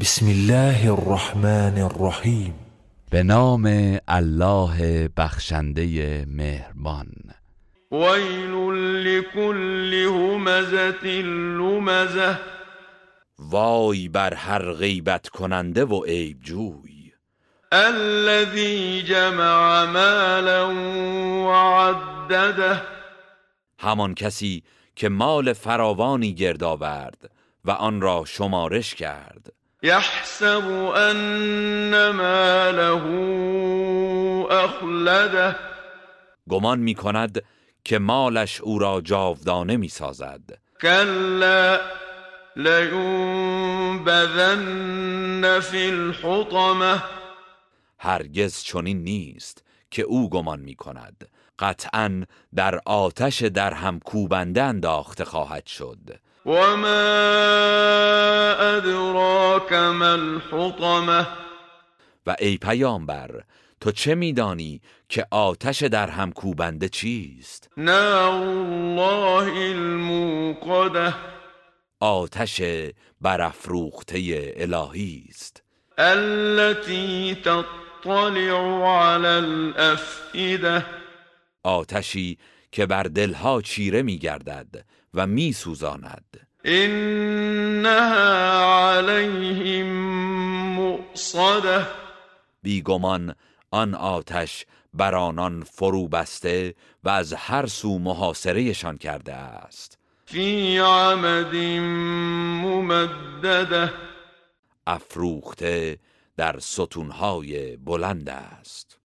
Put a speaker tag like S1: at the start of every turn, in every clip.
S1: بسم الله الرحمن الرحیم
S2: به نام الله بخشنده مهربان
S3: ويل لكل همزة لمزة
S4: وای بر هر غیبت کننده و عیب جوی
S3: الذي جمع مالا وعدده
S4: همان کسی که مال فراوانی گرد آورد و آن را شمارش کرد
S3: يحسب أن ماله أخلده
S4: گمان می کند که مالش او را جاودانه می سازد
S3: كلا لينبذن في الحطمة
S4: هرگز چنین نیست که او گمان می کند قطعا در آتش در هم کوبنده انداخته خواهد شد
S3: وما أدراك ما الحطمة
S4: و ای پیامبر تو چه میدانی که آتش در هم کوبنده چیست
S3: نار الله الموقده
S4: آتش برافروخته الهی است
S3: التي تطلع على الأفئدة
S4: آتشی که بر دلها چیره میگردد و میسوزاند
S3: إنها عليهم مؤصدة
S4: بیگمان آن آتش بر آنان فرو بسته و از هر سو محاصرهشان کرده است
S3: في عمد ممدده
S4: افروخته در ستونهای بلند است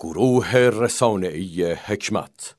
S5: گروه رسانه‌ای حکمت